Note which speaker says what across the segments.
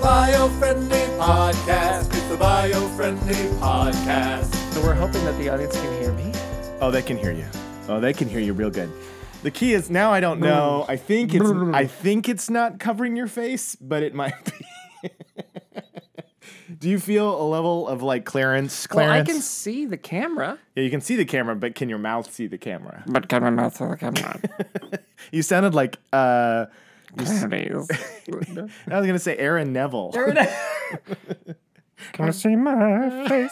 Speaker 1: bio-friendly podcast. It's the bio-friendly podcast.
Speaker 2: So we're hoping that the audience can hear me.
Speaker 3: Oh, they can hear you. Oh, they can hear you real good. The key is now I don't know. I think it's I think it's not covering your face, but it might be. Do you feel a level of like clearance?
Speaker 2: Well, I
Speaker 3: Clearance.
Speaker 2: can see the camera.
Speaker 3: yeah, you can see the camera, but can your mouth see the camera?
Speaker 2: But can my mouth the camera?
Speaker 3: You sounded like uh,
Speaker 2: Please. can
Speaker 3: I was gonna say Aaron Neville.
Speaker 2: you see my face?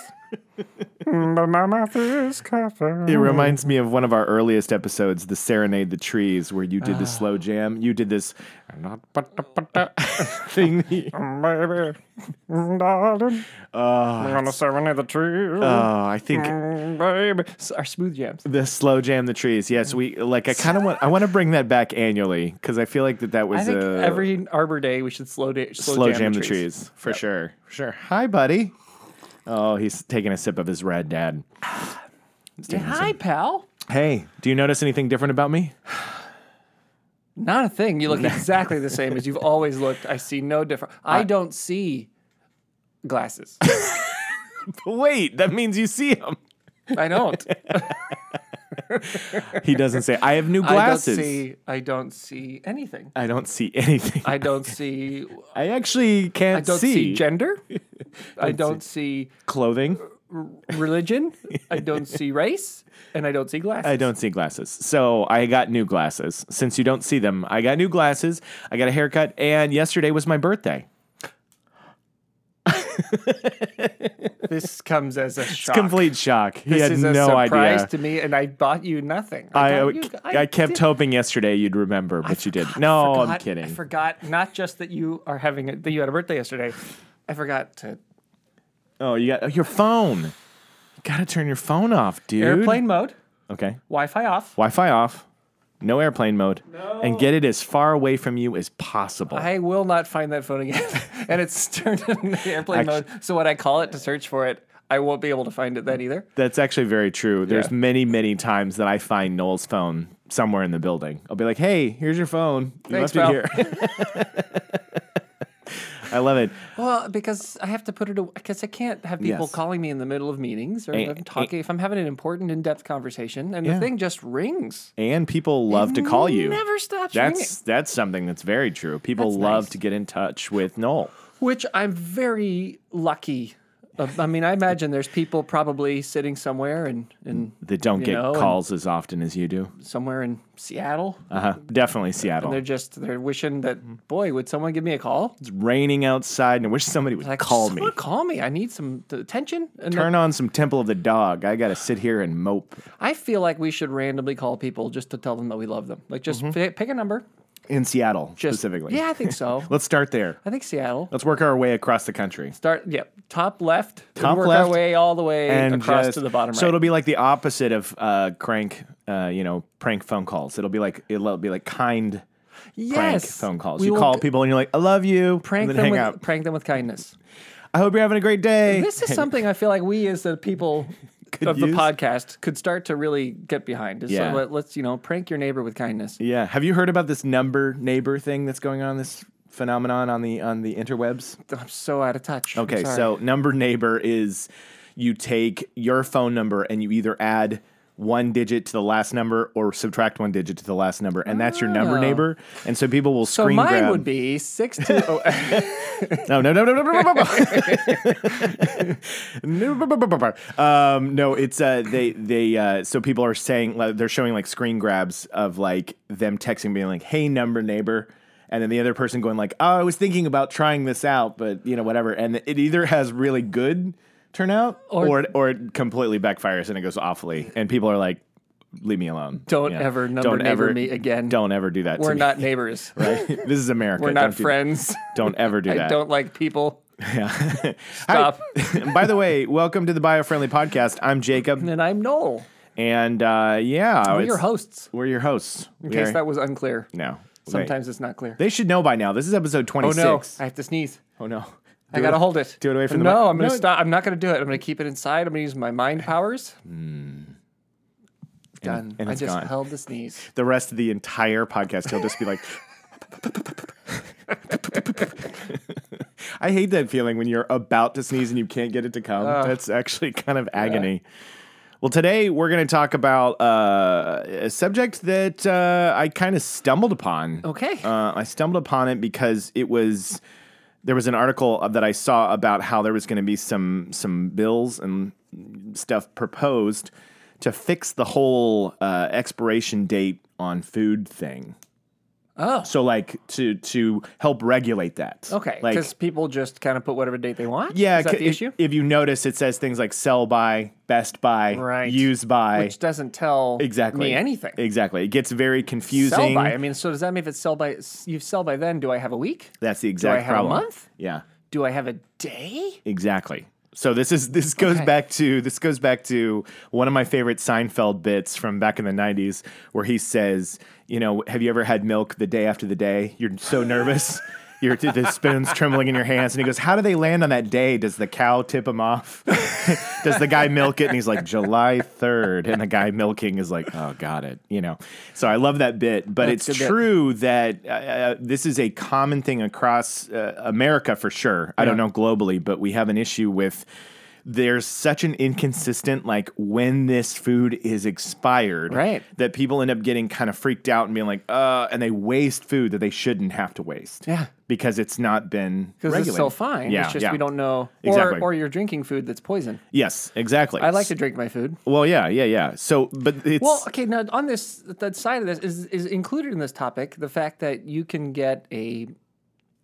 Speaker 2: but my mouth is covered.
Speaker 3: It reminds me of one of our earliest episodes, the Serenade the Trees, where you did the slow jam. You did this
Speaker 2: Not but the- but the-
Speaker 3: thing. that you-
Speaker 2: baby, darling. I'm gonna serenade the tree,
Speaker 3: Oh, I think
Speaker 2: baby. S- Our smooth jams.
Speaker 3: The slow jam the trees. Yes, we like. I kind of want. I want to bring that back annually because I feel like that that was
Speaker 2: I think
Speaker 3: a
Speaker 2: every Arbor Day we should slow, da- slow,
Speaker 3: slow jam, the trees, for sure. For sure. Hi, buddy. Oh, he's taking a sip of his red dad. He's
Speaker 2: Yeah,
Speaker 3: taking a sip.
Speaker 2: hi, pal.
Speaker 3: Hey, do you notice anything different about me?
Speaker 2: Not a thing. You look exactly the same as you've always looked. I see no difference. I don't see glasses.
Speaker 3: Wait, that means you see him.
Speaker 2: I don't.
Speaker 3: He doesn't say. I have new
Speaker 2: I don't
Speaker 3: glasses.
Speaker 2: see. I don't see anything.
Speaker 3: I don't see anything. I,
Speaker 2: I don't see.
Speaker 3: actually can't
Speaker 2: I don't see,
Speaker 3: see,
Speaker 2: gender. I don't see
Speaker 3: clothing.
Speaker 2: religion. I don't see race, and I don't see glasses.
Speaker 3: I don't see glasses. So I got new glasses. Since you don't see them, I got new glasses. I got a haircut, and yesterday was my birthday.
Speaker 2: This comes as a shock.
Speaker 3: Complete shock. He
Speaker 2: This
Speaker 3: had
Speaker 2: is a
Speaker 3: no
Speaker 2: surprise
Speaker 3: idea.
Speaker 2: to me, and I bought you nothing.
Speaker 3: I,
Speaker 2: got
Speaker 3: I,
Speaker 2: you-
Speaker 3: I kept
Speaker 2: did-
Speaker 3: hoping yesterday you'd remember, but you didn't.
Speaker 2: I
Speaker 3: No, I'm
Speaker 2: forgot- I
Speaker 3: kidding.
Speaker 2: forgot not just that you are having a, that you had a birthday yesterday. I forgot to
Speaker 3: oh, you got oh, your phone. You gotta turn your phone off, dude.
Speaker 2: airplane mode,
Speaker 3: Okay.
Speaker 2: Wi-Fi off.
Speaker 3: Wi-Fi off. No airplane mode. No. And get it as far away from you as possible.
Speaker 2: I will not find that phone again, and it's turned into airplane
Speaker 3: Actu-
Speaker 2: mode. So when I call it to search for it, I won't be able to find it then either.
Speaker 3: That's actually very true. There's
Speaker 2: Yeah.
Speaker 3: many, many times that I find Noel's phone somewhere in the building. I'll be like, "Hey, here's your phone. You
Speaker 2: Thanks,
Speaker 3: left it here." I love it.
Speaker 2: Well, because I have to put it away because I can't have people
Speaker 3: Yes.
Speaker 2: calling me in the middle of meetings or if
Speaker 3: Eh,
Speaker 2: I'm talking if I'm having an important in-depth conversation and
Speaker 3: Yeah.
Speaker 2: the thing just rings.
Speaker 3: And people love to call you.
Speaker 2: Never stops ringing.
Speaker 3: That's that's something that's very true. People
Speaker 2: That's
Speaker 3: love
Speaker 2: nice.
Speaker 3: to get in touch with Noel.
Speaker 2: Which I'm very lucky. Uh, I mean, I imagine there's people probably sitting somewhere and and
Speaker 3: They don't
Speaker 2: You
Speaker 3: get
Speaker 2: know, and-
Speaker 3: calls as often as you do.
Speaker 2: somewhere in Seattle.
Speaker 3: Uh-huh. Definitely
Speaker 2: and
Speaker 3: Seattle.
Speaker 2: they're just they're wishing that boy would someone give me a call?
Speaker 3: It's raining outside, and I wish somebody would call me.
Speaker 2: "Someone Call me. I need some t- attention. And
Speaker 3: Turn on some Temple of the Dog. I gotta sit here and mope.
Speaker 2: I feel like we should randomly call people just to tell them that we love them. Like just pi- pick a number.
Speaker 3: In Seattle,
Speaker 2: Just,
Speaker 3: Mm-hmm. specifically.
Speaker 2: Yeah, I think so.
Speaker 3: Let's start there.
Speaker 2: I think Seattle.
Speaker 3: Let's work our way across the country.
Speaker 2: Start. Yep. Top left. and
Speaker 3: Top
Speaker 2: work
Speaker 3: left
Speaker 2: our way all the way across
Speaker 3: just-
Speaker 2: to the bottom
Speaker 3: So
Speaker 2: right.
Speaker 3: it'll be like the opposite of uh, crank, uh, you know, prank phone calls. It'll be like it'll be like kind prank
Speaker 2: yes.
Speaker 3: phone calls.
Speaker 2: We
Speaker 3: you
Speaker 2: will
Speaker 3: call
Speaker 2: g-
Speaker 3: people and you're like, "I love you,"
Speaker 2: Prank
Speaker 3: and then
Speaker 2: them
Speaker 3: hang
Speaker 2: with
Speaker 3: up.
Speaker 2: prank them with kindness.
Speaker 3: I hope you're having a great day.
Speaker 2: This is something I feel like we as the people of the
Speaker 3: use.
Speaker 2: podcast could start to really get behind. Is
Speaker 3: Yeah.
Speaker 2: So let, let's you know prank your neighbor with kindness.
Speaker 3: yeah. Have you heard about this number neighbor thing that's going on? This phenomenon on the on the interwebs.
Speaker 2: I'm so out of touch. I'm
Speaker 3: Okay,
Speaker 2: sorry.
Speaker 3: so number neighbor is you take your phone number and you either add one digit to the last number or subtract one digit to the last number, and that's your number
Speaker 2: Oh.
Speaker 3: neighbor. And so people will
Speaker 2: So
Speaker 3: screen
Speaker 2: mine
Speaker 3: grab.
Speaker 2: would be six two. oh,
Speaker 3: No, no, no, no, no, no, no, no, no, no, no, no. Um, no, it's uh, they they uh, so people are saying like, they're showing like screen grabs of like them texting, being like, "Hey, number neighbor," and then the other person going like, "Oh, I was thinking about trying this out, but you know, whatever." And it either has really good turnout or
Speaker 2: Or-
Speaker 3: or it, or it completely backfires and it goes awfully, and people are like, "Leave me alone!
Speaker 2: Don't
Speaker 3: Yeah.
Speaker 2: ever number
Speaker 3: Don't
Speaker 2: neighbor
Speaker 3: ever-
Speaker 2: me again.
Speaker 3: Don't ever do that. to
Speaker 2: We're
Speaker 3: me.
Speaker 2: not neighbors.
Speaker 3: Right? This is America.
Speaker 2: We're not
Speaker 3: Don't do-
Speaker 2: friends.
Speaker 3: Don't ever do
Speaker 2: I
Speaker 3: that.
Speaker 2: don't like people.
Speaker 3: Yeah.
Speaker 2: Stop.
Speaker 3: Hi. By the way, welcome to the Biofriendly Podcast. I'm Jacob,
Speaker 2: And I'm Noel.
Speaker 3: and uh, yeah,
Speaker 2: We're
Speaker 3: it's-
Speaker 2: your hosts.
Speaker 3: We're your hosts.
Speaker 2: In case that was unclear.
Speaker 3: no, Wait.
Speaker 2: Sometimes it's not clear.
Speaker 3: they, should know by now. This is episode
Speaker 2: Oh
Speaker 3: twenty
Speaker 2: no!
Speaker 3: six.
Speaker 2: I have to sneeze.
Speaker 3: Oh no!
Speaker 2: I gotta hold it.
Speaker 3: do it away from the
Speaker 2: no,
Speaker 3: mic.
Speaker 2: I'm gonna
Speaker 3: No.
Speaker 2: stop. I'm not gonna do it. I'm gonna keep it inside. I'm gonna use my mind powers. Done.
Speaker 3: and
Speaker 2: I
Speaker 3: it's
Speaker 2: just
Speaker 3: gone.
Speaker 2: held the sneeze.
Speaker 3: The rest of the entire podcast, he'll just be like, I hate that feeling when you're about to sneeze and you can't get it to come. That's actually kind of agony. Well, today we're going to talk about uh, a subject that uh, I kind of stumbled upon.
Speaker 2: Okay.
Speaker 3: Uh, I stumbled upon it because it was there was an article that I saw about how there was going to be some some bills and stuff proposed to fix the whole uh, expiration date on food thing.
Speaker 2: Oh.
Speaker 3: so like to to help regulate that.
Speaker 2: Okay,
Speaker 3: like
Speaker 2: because people just kind of put whatever date they want.
Speaker 3: yeah,
Speaker 2: is that
Speaker 3: c-
Speaker 2: the
Speaker 3: if,
Speaker 2: issue?
Speaker 3: if you notice, it says things like sell by, best by,
Speaker 2: Right.
Speaker 3: use by.
Speaker 2: Which doesn't tell
Speaker 3: exactly
Speaker 2: me anything.
Speaker 3: Exactly, it gets very confusing.
Speaker 2: Sell by. I mean, so does that mean if it's sell by, you sell by then? Do I have a week?
Speaker 3: That's the exact
Speaker 2: have a
Speaker 3: problem.
Speaker 2: month?
Speaker 3: Yeah,
Speaker 2: Do I have a day?
Speaker 3: exactly. So this is this goes
Speaker 2: Okay.
Speaker 3: back to this goes back to one of my favorite Seinfeld bits from back in the '90s, where he says, "You know, have you ever had milk the day after the day? You're so nervous." Your the spoon's trembling in your hands, and he goes, "How do they land on that day? Does the cow tip him off? Does the guy milk it?" And he's like, "July 3rd. and the guy milking is like, "Oh, got it." You know. So I love that bit, but
Speaker 2: That's
Speaker 3: it's
Speaker 2: a bit.
Speaker 3: true true that uh, uh, this is a common thing across uh, America for sure. I don't know globally, but we have an issue with there's such an inconsistent like when this food is expired
Speaker 2: Right.
Speaker 3: that people end up getting kind of freaked out and being like uh and they waste food that they shouldn't have to waste
Speaker 2: Yeah.
Speaker 3: because it's not been
Speaker 2: Because it's still
Speaker 3: regulated.
Speaker 2: fine.
Speaker 3: yeah
Speaker 2: it's just
Speaker 3: yeah.
Speaker 2: we don't know.
Speaker 3: Exactly.
Speaker 2: Or, or you're drinking food that's poison.
Speaker 3: yes exactly
Speaker 2: I like to drink my food.
Speaker 3: well yeah yeah yeah so but it's
Speaker 2: Well, okay. Now, on this that side of this is is included in this topic the fact that you can get a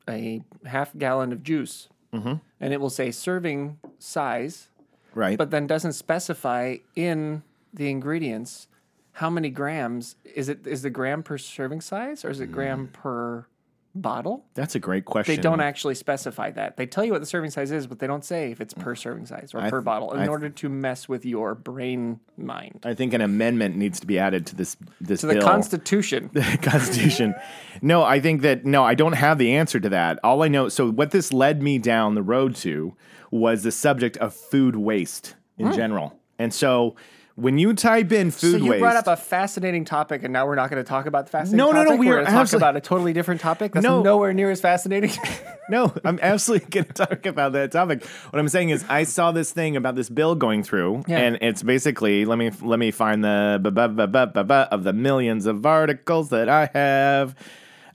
Speaker 2: a half gallon of juice,
Speaker 3: Mm-hmm.
Speaker 2: and it will say serving size,
Speaker 3: right
Speaker 2: but then doesn't specify in the ingredients how many grams is it is the gram per serving size or is it
Speaker 3: Mm.
Speaker 2: gram per bottle?
Speaker 3: that's a great question
Speaker 2: They don't actually specify that. They tell you what the serving size is, but they don't say if it's per serving size or per bottle in
Speaker 3: Mm. I th-
Speaker 2: order to mess with your brain mind.
Speaker 3: i think an amendment needs to be added to this this
Speaker 2: To the
Speaker 3: bill.
Speaker 2: Constitution.
Speaker 3: Constitution. No, I think that no, I don't have the answer to that. All I know, so what this led me down the road to was the subject of food waste in general. And so when you type in food
Speaker 2: Hmm. So you
Speaker 3: waste,
Speaker 2: brought up a fascinating topic, and now we're not going to talk about the fascinating
Speaker 3: No, no, no,
Speaker 2: topic.
Speaker 3: we
Speaker 2: We're
Speaker 3: are
Speaker 2: going to talk
Speaker 3: absolutely-
Speaker 2: about a totally different topic that's
Speaker 3: No.
Speaker 2: nowhere near as fascinating.
Speaker 3: no, I'm absolutely going to talk about that topic. What I'm saying is, I saw this thing about this bill going through,
Speaker 2: Yeah.
Speaker 3: and it's basically let me let me find the ba- ba- ba- ba- ba- ba of the millions of articles that I have.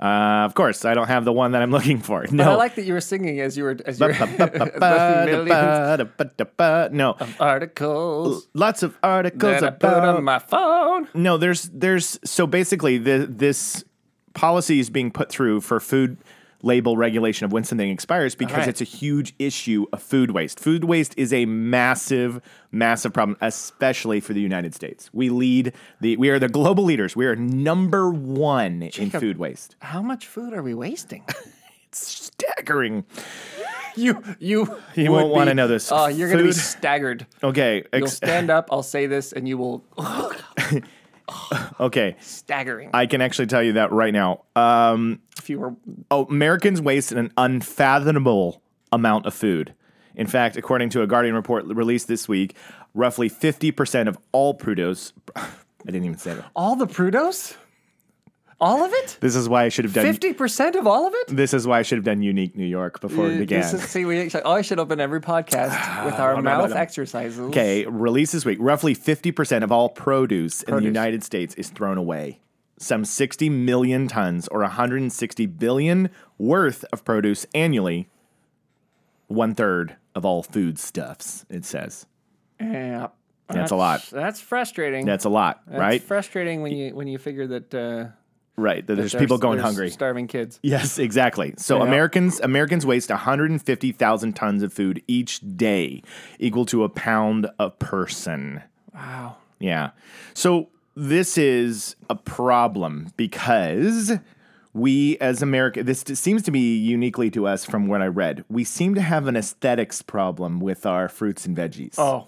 Speaker 3: Uh, of course, I don't have the one that I'm looking for. No,
Speaker 2: But I like that you were singing as you were as you were the millions
Speaker 3: no,
Speaker 2: of articles
Speaker 3: lots of articles
Speaker 2: Um, that I put on
Speaker 3: about.
Speaker 2: my phone.
Speaker 3: No, there's there's so basically the, this policy is being put through for food label regulation of when something expires because
Speaker 2: right.
Speaker 3: it's a huge issue of food waste. Food waste is a massive, massive problem, especially for the United States. We lead the we are the global leaders. We are number one in food waste.
Speaker 2: How much food are we wasting?
Speaker 3: Staggering.
Speaker 2: you you
Speaker 3: You
Speaker 2: would
Speaker 3: won't wanna
Speaker 2: be-
Speaker 3: know this.
Speaker 2: Oh, you're going to be
Speaker 3: Food-
Speaker 2: staggered.
Speaker 3: Okay.
Speaker 2: You'll
Speaker 3: Ex-
Speaker 2: stand up. I'll say this, and you will
Speaker 3: okay.
Speaker 2: staggering.
Speaker 3: I can actually tell you that right now. Um,
Speaker 2: if you were
Speaker 3: oh, Americans waste an unfathomable amount of food. In fact, according to a Guardian report released this week, roughly 50% of all Prudos. I didn't even say that.
Speaker 2: all the Prudos, all of it,
Speaker 3: This is why I should have done.
Speaker 2: fifty percent of all of it.
Speaker 3: This is why I should have done Unique New York before it began.
Speaker 2: Uh, This is, see, we actually, oh, I should open every podcast with our mouth exercises.
Speaker 3: Okay, released this week. Roughly 50% of all produce, in the
Speaker 2: Produce.
Speaker 3: United States is thrown away. Some 60 million tons or 160 billion worth of produce annually. One third of all foodstuffs, it says.
Speaker 2: Yeah,
Speaker 3: That's a lot.
Speaker 2: That's frustrating.
Speaker 3: That's a lot,
Speaker 2: That's
Speaker 3: right?
Speaker 2: frustrating when you when you figure that uh,
Speaker 3: right. that There's people going
Speaker 2: there's
Speaker 3: hungry.
Speaker 2: starving kids.
Speaker 3: Yes, exactly. So
Speaker 2: Yeah.
Speaker 3: Americans Americans waste 150,000 tons of food each day, equal to a pound a person.
Speaker 2: Wow.
Speaker 3: Yeah. So this is a problem because we as America, this t- seems to be uniquely to us from what I read. We seem to have an aesthetics problem with our fruits and veggies.
Speaker 2: Oh,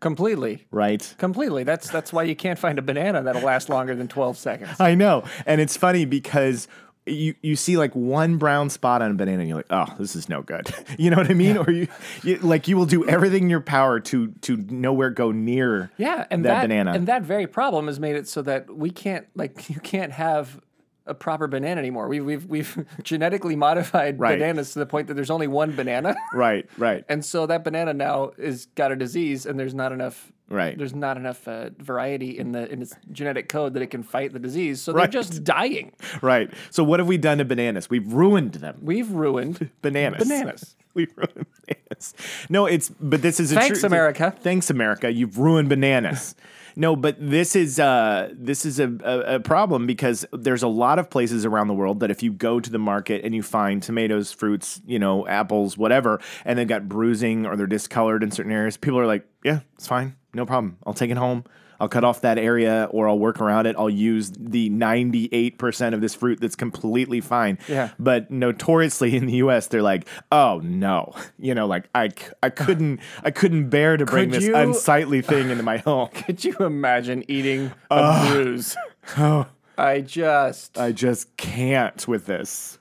Speaker 2: completely,
Speaker 3: Right?
Speaker 2: completely. That's that's why you can't find a banana that'll last longer than twelve seconds.
Speaker 3: I know. And it's funny because you, you see like one brown spot on a banana and you're like, oh, this is no good. You know what I mean? Or you, you like you will do everything in your power to to nowhere go near
Speaker 2: Yeah, and
Speaker 3: that, banana.
Speaker 2: and that very problem has made it so that we can't like you can't have a proper banana anymore. We've we've we've genetically modified
Speaker 3: Right.
Speaker 2: bananas to the point that there's only one banana,
Speaker 3: Right, right,
Speaker 2: and so that banana now is got a disease, and there's not enough.
Speaker 3: right.
Speaker 2: There's not enough uh, variety in the in its genetic code that it can fight the disease, so
Speaker 3: Right.
Speaker 2: they're just dying.
Speaker 3: Right. So what have we done to bananas? We've ruined them.
Speaker 2: We've ruined
Speaker 3: Bananas.
Speaker 2: Bananas.
Speaker 3: We've ruined bananas. No, it's but this is a
Speaker 2: Thanks,
Speaker 3: true-
Speaker 2: America.
Speaker 3: Thanks, America. You've ruined bananas. no, but this is uh this is a, a, a problem because there's a lot of places around the world that if you go to the market and you find tomatoes, fruits, you know, apples, whatever, and they've got bruising or they're discolored in certain areas, people are like, Yeah, it's fine, no problem. I'll take it home. I'll cut off that area or I'll work around it. I'll use the 98% of this fruit that's completely fine.
Speaker 2: Yeah.
Speaker 3: But notoriously in the US, they're like, oh no. You know, like I, c- I couldn't I couldn't bear to bring
Speaker 2: Could
Speaker 3: this
Speaker 2: you-
Speaker 3: unsightly thing into my home.
Speaker 2: Could you imagine eating a bruise? I just
Speaker 3: Oh. I just can't with this.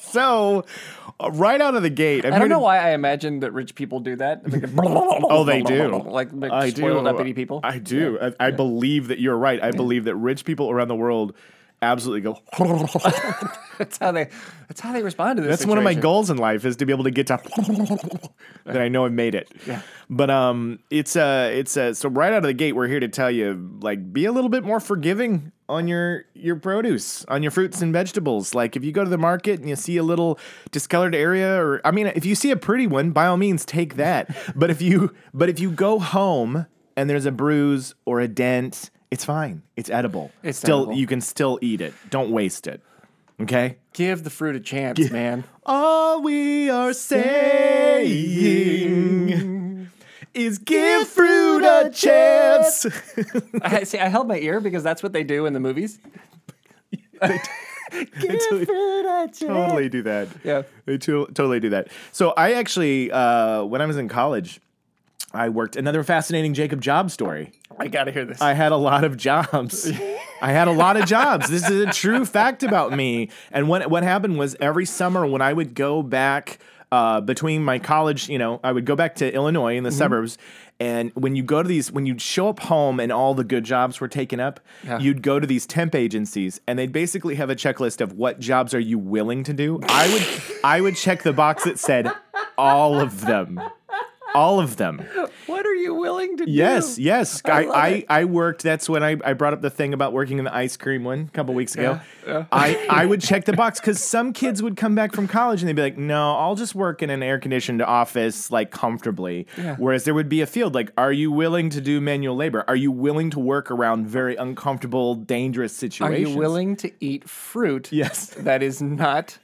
Speaker 3: so uh, right out of the gate, I'm
Speaker 2: I don't
Speaker 3: here
Speaker 2: know
Speaker 3: to-
Speaker 2: why I imagined that rich people do that. Like the
Speaker 3: Oh, they do.
Speaker 2: Like, like
Speaker 3: I
Speaker 2: spoiled
Speaker 3: do.
Speaker 2: uppity people.
Speaker 3: I do. I, I believe that you're right. I believe that rich people around the world absolutely go.
Speaker 2: that's how they. That's how they respond to this.
Speaker 3: That's one of my
Speaker 2: situation.
Speaker 3: goals in life is to be able to get to that I know I've made it.
Speaker 2: Yeah.
Speaker 3: But um, it's uh, it's uh, so right out of the gate, we're here to tell you like be a little bit more forgiving on your your produce, on your fruits and vegetables. Like if you go to the market and you see a little discolored area, or I mean, if you see a pretty one, by all means take that. but if you but if you go home and there's a bruise or a dent, it's fine. It's edible.
Speaker 2: It's
Speaker 3: still
Speaker 2: edible.
Speaker 3: you can still eat it. Don't waste it. Okay.
Speaker 2: Give the fruit a chance, man.
Speaker 3: All we are saying is give fruit a chance.
Speaker 2: I, see, I held my ear because that's what they do in the movies.
Speaker 3: They totally, totally do that.
Speaker 2: Yeah.
Speaker 3: They to- totally do that. So I actually, uh, when I was in college, I worked another fascinating Jacob job story.
Speaker 2: I gotta hear this.
Speaker 3: I had a lot of jobs. I had a lot of jobs. This is a true fact about me. And what what happened was every summer when I would go back uh, between my college, you know, I would go back to Illinois in the suburbs. And when you go to these, when you'd show up home and all the good jobs were taken up,
Speaker 2: Yeah.
Speaker 3: you'd go to these temp agencies and they'd basically have a checklist of what jobs are you willing to do. I would, I would check the box that said all of them, all of them.
Speaker 2: what are you willing to
Speaker 3: Yes,
Speaker 2: do?
Speaker 3: yes.
Speaker 2: I
Speaker 3: I,
Speaker 2: love
Speaker 3: I,
Speaker 2: it.
Speaker 3: I, worked. That's when I, I brought up the thing about working in the ice cream one a couple weeks ago.
Speaker 2: Yeah, yeah.
Speaker 3: I, I would check the box because some kids would come back from college and they'd be like, no, I'll just work in an air conditioned office like comfortably.
Speaker 2: Yeah.
Speaker 3: Whereas there would be a field like, are you willing to do manual labor? Are you willing to work around very uncomfortable, dangerous
Speaker 2: Are
Speaker 3: situations?
Speaker 2: you willing to eat fruit?
Speaker 3: Yes.
Speaker 2: That is not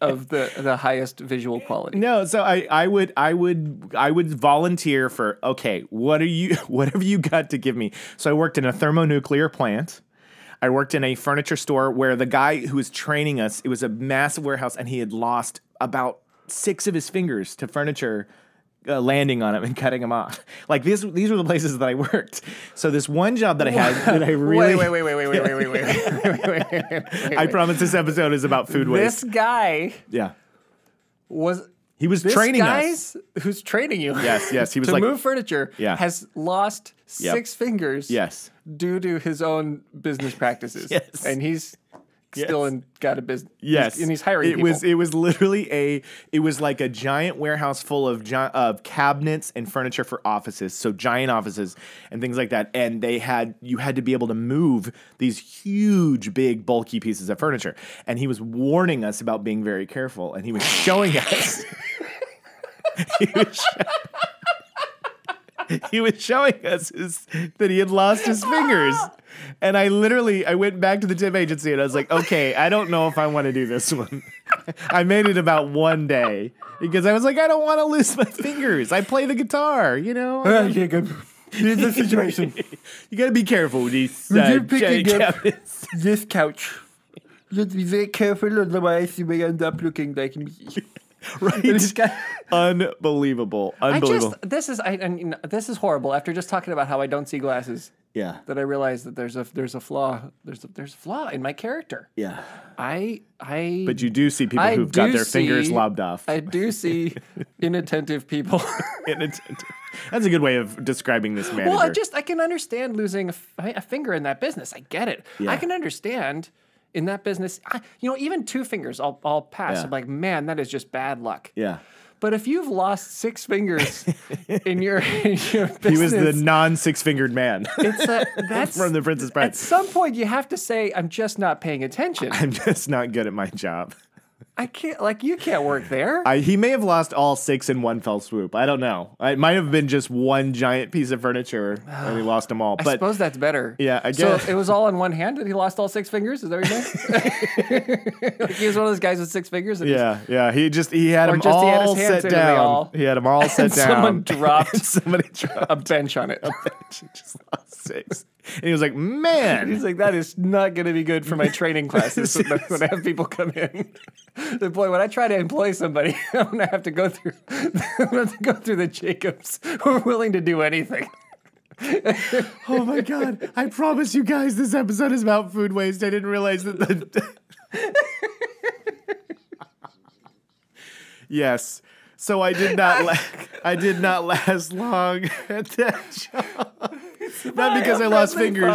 Speaker 2: of the the highest visual quality.
Speaker 3: No, so I, I would I would I would volunteer for okay, what are you what have you got to give me? So I worked in a thermonuclear plant. I worked in a furniture store where the guy who was training us, it was a massive warehouse and he had lost about 6 of his fingers to furniture uh, landing on him and cutting him off. Like these these were the places that I worked. So this one job that I had that I really
Speaker 2: Wait, wait, wait, wait, wait, wait, wait, wait, wait, wait, wait, wait, wait, wait, wait.
Speaker 3: I promise this episode is about food waste.
Speaker 2: This guy
Speaker 3: yeah.
Speaker 2: was
Speaker 3: He was
Speaker 2: this
Speaker 3: training us.
Speaker 2: guy's who's training you.
Speaker 3: Yes, yes, he was
Speaker 2: to
Speaker 3: like-
Speaker 2: move furniture.
Speaker 3: Yeah.
Speaker 2: has lost
Speaker 3: Yep.
Speaker 2: six fingers.
Speaker 3: Yes.
Speaker 2: due to his own business practices.
Speaker 3: Yes.
Speaker 2: and he's still in, got a business.
Speaker 3: Yes,
Speaker 2: and he's hiring.
Speaker 3: It was it was literally a it was like a giant warehouse full of gi- of cabinets and furniture for offices, so giant offices and things like that. And they had you had to be able to move these huge, big, bulky pieces of furniture. And he was warning us about being very careful, and he was showing us. he was sho- he was showing us his, that he had lost his fingers. And I literally, I went back to the tip agency and I was like, okay, I don't know if I want to do this one. I made it about one day because I was like, I don't want to lose my fingers. I play the guitar, you know.
Speaker 2: Jacob. Here's the situation.
Speaker 3: You got to be careful with these
Speaker 2: Would
Speaker 3: uh,
Speaker 2: you pick
Speaker 3: giant
Speaker 2: it up?
Speaker 3: cabinets.
Speaker 2: this couch. You have to be very careful, otherwise you may end up looking like me.
Speaker 3: right?
Speaker 2: got-
Speaker 3: Unbelievable.
Speaker 2: I
Speaker 3: Unbelievable.
Speaker 2: just this is I, and this is horrible. After just talking about how I don't see glasses,
Speaker 3: yeah.
Speaker 2: that I realized that there's a there's a flaw there's a, there's a flaw in my character.
Speaker 3: Yeah.
Speaker 2: I I
Speaker 3: But you do see people
Speaker 2: I
Speaker 3: who've got
Speaker 2: do
Speaker 3: their fingers
Speaker 2: see-
Speaker 3: lobbed off.
Speaker 2: I do see inattentive people.
Speaker 3: Inattentive. That's a good way of describing this manager.
Speaker 2: well, I just I can understand losing a, f- a finger in that business. I get it.
Speaker 3: Yeah.
Speaker 2: I can understand in that business. I, you know, even two fingers, I'll I'll pass.
Speaker 3: Yeah.
Speaker 2: I'm like, man, that is just bad luck.
Speaker 3: yeah.
Speaker 2: But if you've lost six fingers in your, in your business,
Speaker 3: He was the non six fingered man
Speaker 2: it's a, that's
Speaker 3: from the Princess Bride.
Speaker 2: At some point, you have to say, "I'm just not paying attention.
Speaker 3: I'm just not good at my job.
Speaker 2: I can't. Like you can't work there."
Speaker 3: I, he may have lost all six in one fell swoop. I don't know. It might have been just one giant piece of furniture and he lost them all.
Speaker 2: I
Speaker 3: But
Speaker 2: suppose that's better.
Speaker 3: Yeah, I
Speaker 2: So
Speaker 3: guess.
Speaker 2: it was all in one hand, and he lost all six fingers. Is that what you're saying? like he was one of those guys with six fingers. And
Speaker 3: yeah, yeah. He just he had
Speaker 2: Or
Speaker 3: them
Speaker 2: just
Speaker 3: all
Speaker 2: he had his hands in
Speaker 3: set
Speaker 2: and they
Speaker 3: down.
Speaker 2: all-
Speaker 3: he had them all set down.
Speaker 2: someone dropped-
Speaker 3: And somebody dropped.
Speaker 2: a bench on it.
Speaker 3: She just lost six. And he was like, man.
Speaker 2: He's like, that is not going to be good for my training classes when I- when I have people come in. The boy, when I try to employ somebody, I'm going to have to go through. I'm going to have to go through the Jacobs who are willing to do anything.
Speaker 3: Oh my god! I promise you guys, this episode is about food waste. I didn't realize that. The... yes, so I did not. La- I did not last long at that job. Not because I lost
Speaker 2: Friendly
Speaker 3: fingers.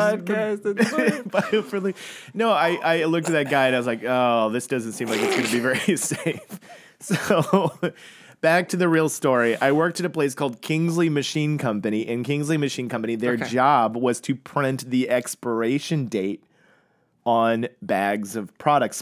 Speaker 2: podcast, it's fine.
Speaker 3: Biofriendly. No, I, I looked at that guy and I was like, oh, this doesn't seem like it's going to be very safe. So back to the real story. I worked at a place called Kingsley Machine Company. In Kingsley Machine Company, their
Speaker 2: Okay.
Speaker 3: job was to print the expiration date on bags of products,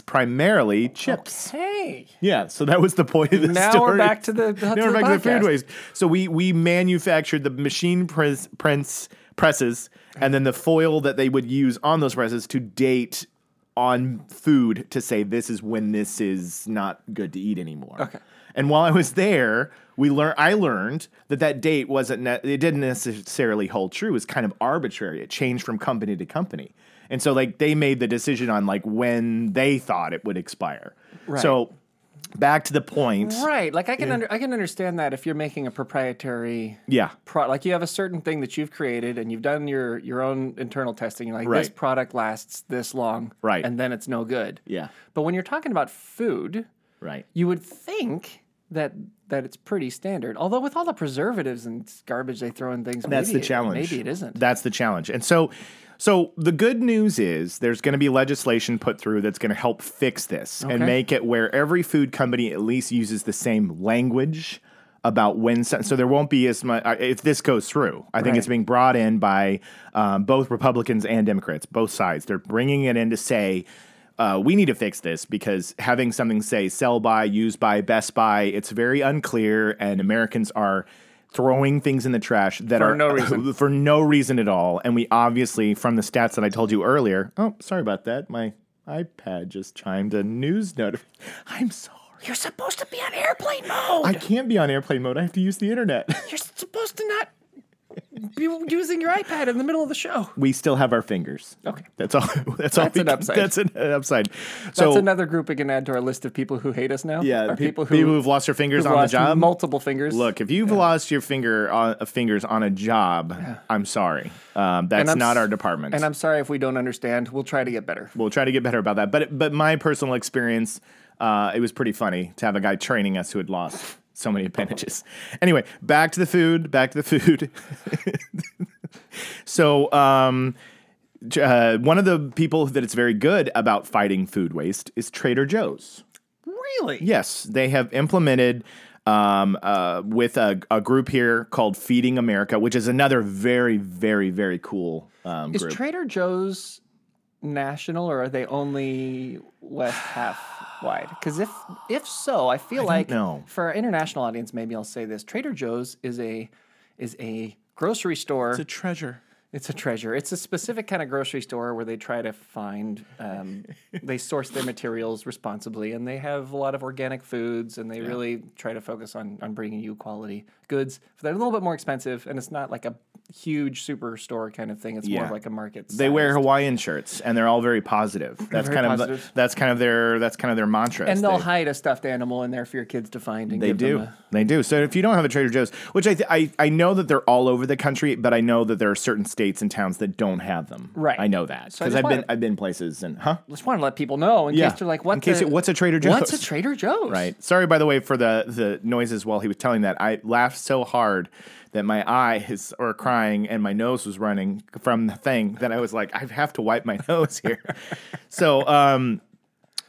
Speaker 3: primarily chips.
Speaker 2: hey,
Speaker 3: Yeah, so that was the point of this
Speaker 2: now
Speaker 3: story.
Speaker 2: we're back to the to
Speaker 3: Now we're
Speaker 2: the
Speaker 3: back to the
Speaker 2: podcast.
Speaker 3: food waste. So we we manufactured the machine press, prints presses and then the foil that they would use on those presses to date on food to say this is when this is not good to eat anymore.
Speaker 2: Okay.
Speaker 3: And while I was there, we learned I learned that that date wasn't ne- it didn't necessarily hold true. It was kind of arbitrary. It changed from company to company. And so like they made the decision on like when they thought it would expire.
Speaker 2: Right.
Speaker 3: So back to the point.
Speaker 2: Right, like I can under, I can understand that if you're making a proprietary
Speaker 3: Yeah.
Speaker 2: pro- like you have a certain thing that you've created and you've done your your own internal testing. You're like, this
Speaker 3: Right.
Speaker 2: product lasts this long,
Speaker 3: Right.
Speaker 2: and then it's no good.
Speaker 3: Yeah.
Speaker 2: But when you're talking about food,
Speaker 3: Right.
Speaker 2: you would think that that it's pretty standard. Although with all the preservatives and garbage they throw in things,
Speaker 3: That's
Speaker 2: maybe
Speaker 3: the
Speaker 2: it-
Speaker 3: challenge.
Speaker 2: maybe it isn't.
Speaker 3: That's the challenge. And so so the good news is there's going to be legislation put through that's going to help fix this and
Speaker 2: Okay.
Speaker 3: make it where every food company at least uses the same language about when sen- so there won't be as much if this goes through i think it's
Speaker 2: Right.
Speaker 3: being brought in by um, both republicans and democrats both sides they're bringing it in to say uh, we need to fix this because having something say sell by use by best by it's very unclear and americans are throwing things in the trash that
Speaker 2: For
Speaker 3: are
Speaker 2: no reason.
Speaker 3: for no reason at all and we obviously from the stats that i told you earlier oh sorry about that my ipad just chimed a news notification i'm sorry
Speaker 2: You're supposed to be on airplane mode.
Speaker 3: I can't be on airplane mode. I have to use the internet.
Speaker 2: You're supposed to not be using your iPad in the middle of the show.
Speaker 3: we still have our fingers.
Speaker 2: Okay.
Speaker 3: That's all. That's all.
Speaker 2: That's
Speaker 3: we
Speaker 2: an
Speaker 3: can-
Speaker 2: upside.
Speaker 3: That's an, an upside. So
Speaker 2: That's another group we can add to our list of people who hate us now.
Speaker 3: yeah,
Speaker 2: are
Speaker 3: pe-
Speaker 2: people
Speaker 3: people,
Speaker 2: who
Speaker 3: have lost their fingers
Speaker 2: who've
Speaker 3: on
Speaker 2: lost
Speaker 3: the job.
Speaker 2: multiple fingers.
Speaker 3: Look, if you've lost your finger on, uh, fingers on a job, I'm sorry. Um, that's
Speaker 2: I'm
Speaker 3: not
Speaker 2: s-
Speaker 3: our department.
Speaker 2: and I'm sorry if we don't understand. We'll try to get better.
Speaker 3: we'll try to get better about that. But but my personal experience, uh, it was pretty funny to have a guy training us who had lost so many appendages. Anyway, back to the food. Back to the food. so. Um, j- uh, one of the people that it's very good about fighting food waste is Trader Joe's.
Speaker 2: Really?
Speaker 3: Yes, they have implemented um, uh, with a, a group here called Feeding America, which is another very, very, very cool um,
Speaker 2: Is
Speaker 3: group.
Speaker 2: Trader Joe's national, or are they only west half wide? Because if if so, I feel like
Speaker 3: know.
Speaker 2: for our international audience, maybe I'll say this: Trader Joe's is a is a grocery store. It's a,
Speaker 3: treasure.
Speaker 2: treasure. It's a specific kind of grocery store where they try to find, um, they source their materials responsibly, and they have a lot of organic foods, and they really try to focus on on bringing you quality goods. They're a little bit more expensive, and it's not like a huge superstore kind of thing. It's more
Speaker 3: Yeah.
Speaker 2: of like a market.
Speaker 3: They wear
Speaker 2: sized-
Speaker 3: Hawaiian shirts, and they're all very positive. That's
Speaker 2: Very
Speaker 3: kind of
Speaker 2: positive.
Speaker 3: the, that's kind of their that's kind of their mantra. is
Speaker 2: and they'll
Speaker 3: they,
Speaker 2: hide a stuffed animal in there for your kids to find. And
Speaker 3: they
Speaker 2: give
Speaker 3: do,
Speaker 2: Them a,
Speaker 3: they do. So if you don't have a Trader Joe's, which I, th- I I know that they're all over the country, but I know that there are certain states and towns that don't have them.
Speaker 2: Right.
Speaker 3: I know that
Speaker 2: So I
Speaker 3: because
Speaker 2: just
Speaker 3: I've been
Speaker 2: wanted-
Speaker 3: I've been places and huh.
Speaker 2: just want to let people know in
Speaker 3: Yeah.
Speaker 2: case they're like,
Speaker 3: In
Speaker 2: what?
Speaker 3: case
Speaker 2: the-
Speaker 3: it- what's a Trader Joe's?
Speaker 2: What's a Trader Joe's?
Speaker 3: Right. Sorry, by the way, for the the noises while he was telling that. I laughed so hard that my eyes were crying and my nose was running from the thing that I was like, I have to wipe my nose here. so, um,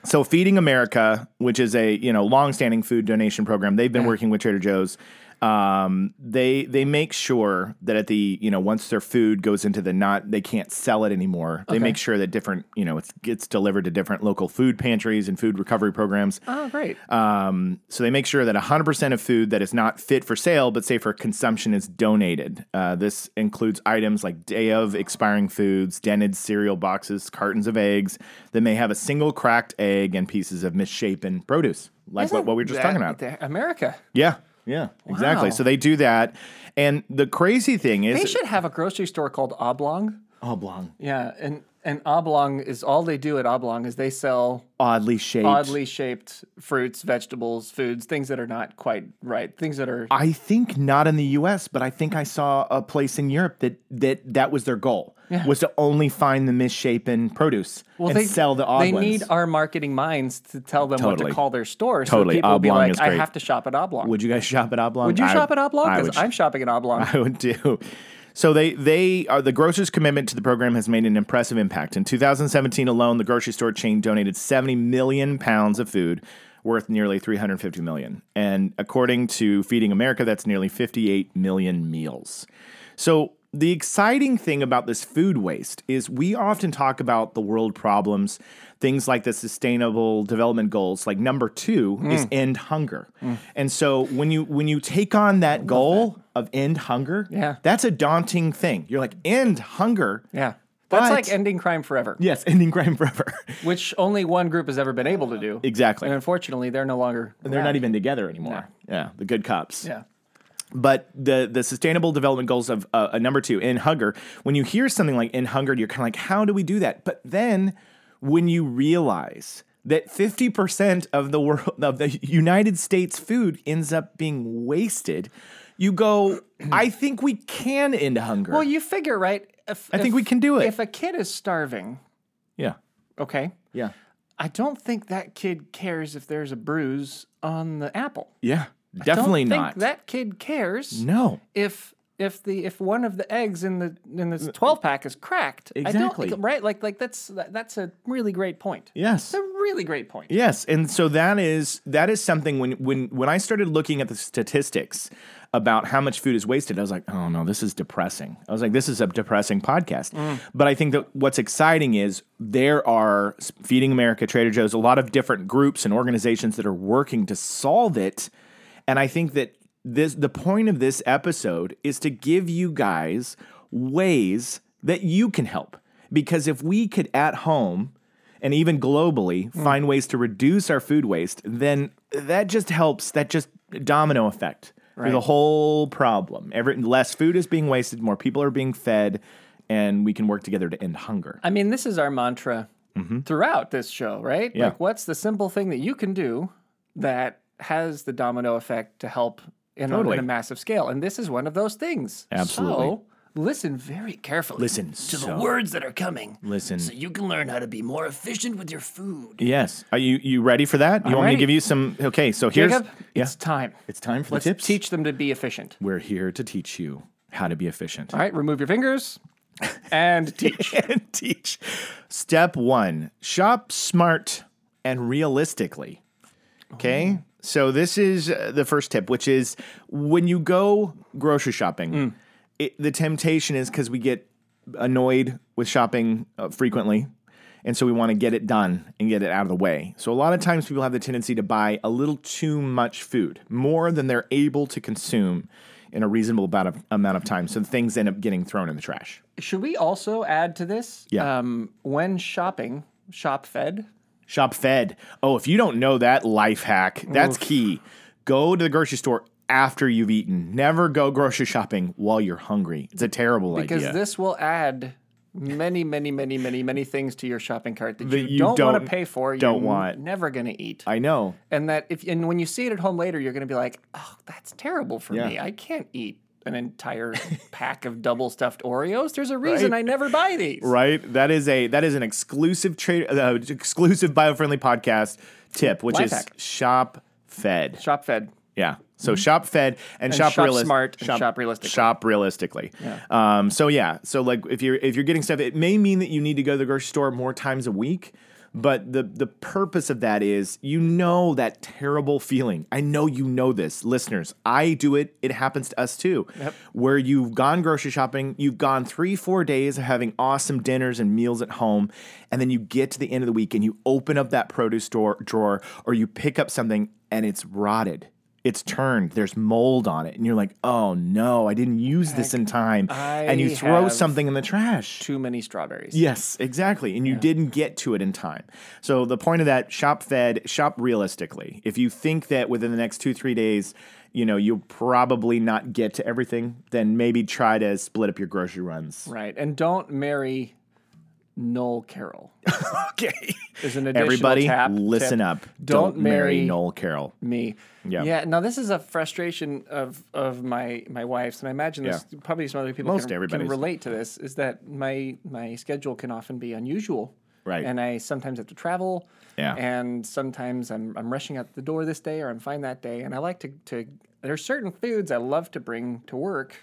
Speaker 3: so Feeding America, which is a you know longstanding food donation program, they've been working with Trader Joe's. Um, they they make sure that at the you know once their food goes into the not they can't sell it anymore. They make sure that different you know it gets delivered to different local food pantries and food recovery programs.
Speaker 2: Oh, great.
Speaker 3: Um, so they make sure that 100% of food that is not fit for sale but safe for consumption is donated. Uh, this includes items like day of expiring foods, dented cereal boxes, cartons of eggs that may have a single cracked egg and pieces of misshapen produce, like what, what we were just
Speaker 2: That-
Speaker 3: talking about.
Speaker 2: that- America.
Speaker 3: Yeah, yeah, exactly.
Speaker 2: Wow.
Speaker 3: So they do that. And the crazy thing is
Speaker 2: They should have a grocery store called Oblong.
Speaker 3: oblong,
Speaker 2: Yeah, and and Oblong is all they do at Oblong is they sell
Speaker 3: oddly shaped.
Speaker 2: oddly shaped fruits, vegetables, foods, things that are not quite right, things that are
Speaker 3: I think not in the U.S., but I think I saw a place in Europe that that that was their goal was to only find the misshapen produce and sell the odd
Speaker 2: They
Speaker 3: ones,
Speaker 2: need our marketing minds to tell them what
Speaker 3: Totally.
Speaker 2: to call their store.
Speaker 3: Totally.
Speaker 2: so people will be
Speaker 3: Oblong
Speaker 2: like,
Speaker 3: is
Speaker 2: I
Speaker 3: great.
Speaker 2: have to shop at Oblong. Would,
Speaker 3: would you guys shop at Oblong?
Speaker 2: you
Speaker 3: I-
Speaker 2: shop at Oblong?
Speaker 3: I
Speaker 2: Because
Speaker 3: would,
Speaker 2: I'm shopping at Oblong.
Speaker 3: I would do. So they they are the grocers' commitment to the program has made an impressive impact. In 2017 alone, the grocery store chain donated 70 million pounds of food, worth nearly 350 million. And according to Feeding America, that's nearly 58 million meals. So the exciting thing about this food waste is we often talk about the world problems, things like the sustainable development goals. Like number 2 is end hunger. And so when you when you take on Mm. that goal of end hunger,
Speaker 2: Yeah.
Speaker 3: that's a daunting thing. You're like end hunger.
Speaker 2: yeah. That's
Speaker 3: But-
Speaker 2: like ending crime forever,
Speaker 3: Yes, ending crime forever.
Speaker 2: which only one group has ever been able to do.
Speaker 3: exactly.
Speaker 2: And unfortunately, they're no longer.
Speaker 3: They're not even together anymore. Yeah, the good cops.
Speaker 2: Yeah.
Speaker 3: But the the sustainable development goals of uh, uh, number two in hunger. When you hear something like in hunger, you're kind of like, how do we do that? But then, when you realize that 50% of the world of the United States food ends up being wasted, you go, I think we can end hunger.
Speaker 2: Well, you figure, right? If,
Speaker 3: I think we can do it.
Speaker 2: If a kid is starving,
Speaker 3: yeah,
Speaker 2: okay,
Speaker 3: yeah,
Speaker 2: I don't think that kid cares if there's a bruise on the apple.
Speaker 3: yeah. Definitely
Speaker 2: don't
Speaker 3: not.
Speaker 2: Think that kid cares.
Speaker 3: no.
Speaker 2: if if the if one of the eggs in the in this 12 pack is cracked I don't-
Speaker 3: Exactly.
Speaker 2: right like like that's that- that's a really great point
Speaker 3: Yes.
Speaker 2: it's a really great point
Speaker 3: Yes, and so that is that is something when when when I started looking at the statistics about how much food is wasted, I was like, oh no, this is depressing. I was like, this is a depressing podcast. But I think that what's exciting is there are Feeding America, Trader Joe's, a lot of different groups and organizations that are working to solve it. And I think that this the point of this episode is to give you guys ways that you can help. Because if we could at home and even globally
Speaker 2: Hmm.
Speaker 3: find ways to reduce our food waste, then that just helps. That just domino effect for the whole problem. Every less food is being wasted, more people are being fed, and we can work together to end hunger.
Speaker 2: i mean this is our mantra throughout this show right
Speaker 3: Mm-hmm. Yeah.
Speaker 2: like what's the simple thing that you can do that has the domino effect to help in, a,
Speaker 3: Totally.
Speaker 2: in a massive scale and this is one of those things
Speaker 3: Absolutely.
Speaker 2: so, listen very carefully
Speaker 3: Listen,
Speaker 2: to the
Speaker 3: so-
Speaker 2: words that are coming
Speaker 3: Listen.
Speaker 2: so you can learn how to be more efficient with your food
Speaker 3: Yes, are you you ready for that? You want me
Speaker 2: ready.
Speaker 3: to give you some? Okay, so here's
Speaker 2: Jacob,
Speaker 3: yeah,
Speaker 2: it's time.
Speaker 3: it's time for
Speaker 2: Let's
Speaker 3: the tips.
Speaker 2: teach them to be efficient.
Speaker 3: We're here to teach you how to be efficient.
Speaker 2: All right, remove your fingers and teach.
Speaker 3: and teach. Step one shop smart and realistically. Okay. So, this is uh, the first tip, which is when you go grocery shopping, it, the temptation is because we get annoyed with shopping uh, frequently. And so we want to get it done and get it out of the way. So, a lot of times people have the tendency to buy a little too much food, more than they're able to consume in a reasonable amount of, amount of time. So, things end up getting thrown in the trash.
Speaker 2: Should we also add to this?
Speaker 3: Yeah.
Speaker 2: Um, when shopping, shop fed.
Speaker 3: Shop fed. Oh, if you don't know that life hack, that's key. Go to the grocery store after you've eaten. Never go grocery shopping while you're hungry. It's a terrible
Speaker 2: because
Speaker 3: idea.
Speaker 2: this will add many, many, many, many, many things to your shopping cart that, you,
Speaker 3: you
Speaker 2: don't, want
Speaker 3: don't-
Speaker 2: to pay for. You're
Speaker 3: don't want.
Speaker 2: n- Never going to eat.
Speaker 3: I know.
Speaker 2: and that if and when you see it at home later, you're going to be like, "Oh, that's terrible for
Speaker 3: Yeah.
Speaker 2: me. I can't eat an entire pack of double stuffed Oreos. There's a reason
Speaker 3: Right.
Speaker 2: I never buy these."
Speaker 3: Right? That is a that is an exclusive trade uh, exclusive biofriendly podcast tip, which
Speaker 2: Life
Speaker 3: is
Speaker 2: hack.
Speaker 3: shop fed.
Speaker 2: Shop fed.
Speaker 3: Yeah. So shop fed and,
Speaker 2: Mm-hmm.
Speaker 3: shop,
Speaker 2: shop
Speaker 3: realis-
Speaker 2: smart and shop realistically.
Speaker 3: Shop realistically. Um, so yeah. So like if you're if you're getting stuff, it may mean that you need to go to the grocery store more times a week. But the the purpose of that is you know that terrible feeling. I know you know this, listeners. I do it. It happens to us too. Where you've gone grocery shopping, you've gone three, four days of having awesome dinners and meals at home, and then you get to the end of the week and you open up that produce store drawer or you pick up something and it's rotted it's turned there's mold on it and you're like oh no i didn't use this in time and you
Speaker 2: I
Speaker 3: throw
Speaker 2: have
Speaker 3: something in the trash
Speaker 2: Too many strawberries.
Speaker 3: yes exactly and you didn't get to it in time so the point of that shop fed shop realistically if you think that within the next two three days you know you'll probably not get to everything then maybe try to split up your grocery runs
Speaker 2: Right. And don't marry Noel Carroll.
Speaker 3: okay
Speaker 2: Is an additional
Speaker 3: everybody
Speaker 2: tap-
Speaker 3: listen
Speaker 2: tip.
Speaker 3: up
Speaker 2: Don't,
Speaker 3: marry
Speaker 2: marry
Speaker 3: noel carroll
Speaker 2: me.
Speaker 3: Yeah.
Speaker 2: Yeah. Now this is a frustration of of my my wife's, and I imagine this
Speaker 3: Yeah.
Speaker 2: probably some other people
Speaker 3: Most
Speaker 2: can, can
Speaker 3: everybody's.
Speaker 2: relate to this. Is that my my schedule can often be unusual.
Speaker 3: Right.
Speaker 2: And I sometimes have to travel.
Speaker 3: Yeah.
Speaker 2: And sometimes I'm I'm rushing out the door this day, or I'm fine that day, and I like to to there's certain foods I love to bring to work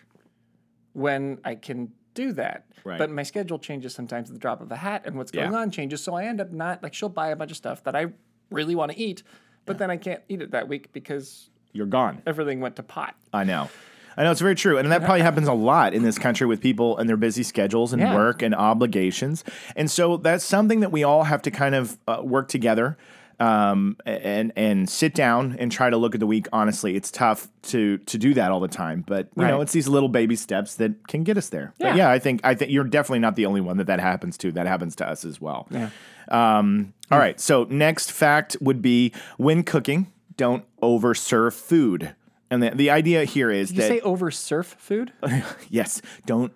Speaker 2: when I can do that.
Speaker 3: Right.
Speaker 2: But my schedule changes sometimes at the drop of a hat, and what's
Speaker 3: Yeah.
Speaker 2: going on changes. So I end up not like she'll buy a bunch of stuff that I really want to eat, but then I can't eat it that week because
Speaker 3: you're gone
Speaker 2: everything went to pot.
Speaker 3: I know. I know it's very true. And that probably happens a lot in this country with people and their busy schedules and
Speaker 2: Yeah.
Speaker 3: work and obligations. And so that's something that we all have to kind of uh, work together um, and and sit down and try to look at the week honestly. It's tough to to do that all the time, but you know,
Speaker 2: Right.
Speaker 3: it's these little baby steps that can get us there. But
Speaker 2: Yeah.
Speaker 3: yeah, I think I think you're definitely not the only one that that happens to. That happens to us as well.
Speaker 2: Yeah.
Speaker 3: Um,
Speaker 2: Hmm.
Speaker 3: all right. So next fact would be when cooking, don't overserve food. And the, the idea here is
Speaker 2: Did you
Speaker 3: that
Speaker 2: say over surf food?
Speaker 3: yes, don't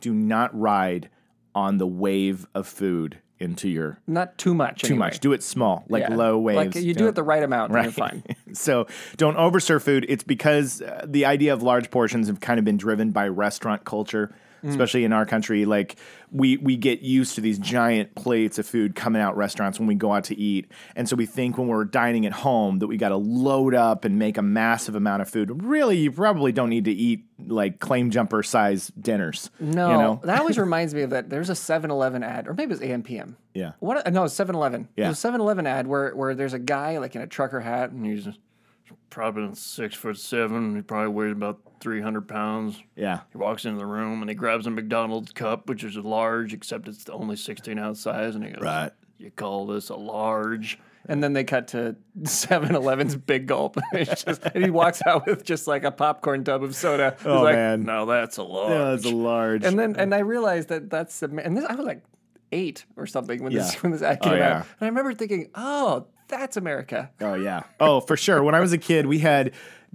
Speaker 3: do not ride on the wave of food into your
Speaker 2: Not too much.
Speaker 3: too much. Do it small, like low waves.
Speaker 2: Like you do it the right amount, and you're fine.
Speaker 3: so don't overserve food. It's because uh, the idea of large portions have kind of been driven by restaurant culture,
Speaker 2: Mm.
Speaker 3: especially in our country. Like we we get used to these giant plates of food coming out restaurants when we go out to eat, and so we think when we're dining at home that we got to load up and make a massive amount of food. Really, you probably don't need to eat like claim jumper size dinners.
Speaker 2: No,
Speaker 3: you know?
Speaker 2: that always reminds me of that. There's a 7-Eleven ad, or maybe it was AMPM.
Speaker 3: Yeah.
Speaker 2: What? No, 7-Eleven.
Speaker 3: Yeah.
Speaker 2: There's a 7-Eleven ad where, where there's a guy like in a trucker hat and he's
Speaker 4: probably six foot seven. He probably weighs about 300 pounds.
Speaker 3: yeah.
Speaker 4: He walks into the room and he grabs a McDonald's cup, which is a large, except it's the only 16 ounce size. And he goes,
Speaker 3: Right.
Speaker 4: You call this a large?
Speaker 2: and then they cut to 7-Eleven's big gulp. It's just, and he walks out with just like a popcorn tub of soda. He's
Speaker 3: Oh
Speaker 2: like,
Speaker 3: man,
Speaker 4: Now that's a large.
Speaker 3: Oh, it's a large.
Speaker 2: And then and I realized that that's the ma- and this I was like eight or something when this
Speaker 3: Yeah. Oh,
Speaker 2: when this ad came
Speaker 3: yeah.
Speaker 2: out, and I remember thinking, oh, that's America.
Speaker 3: Oh yeah. Oh, for sure. When I was a kid, we had.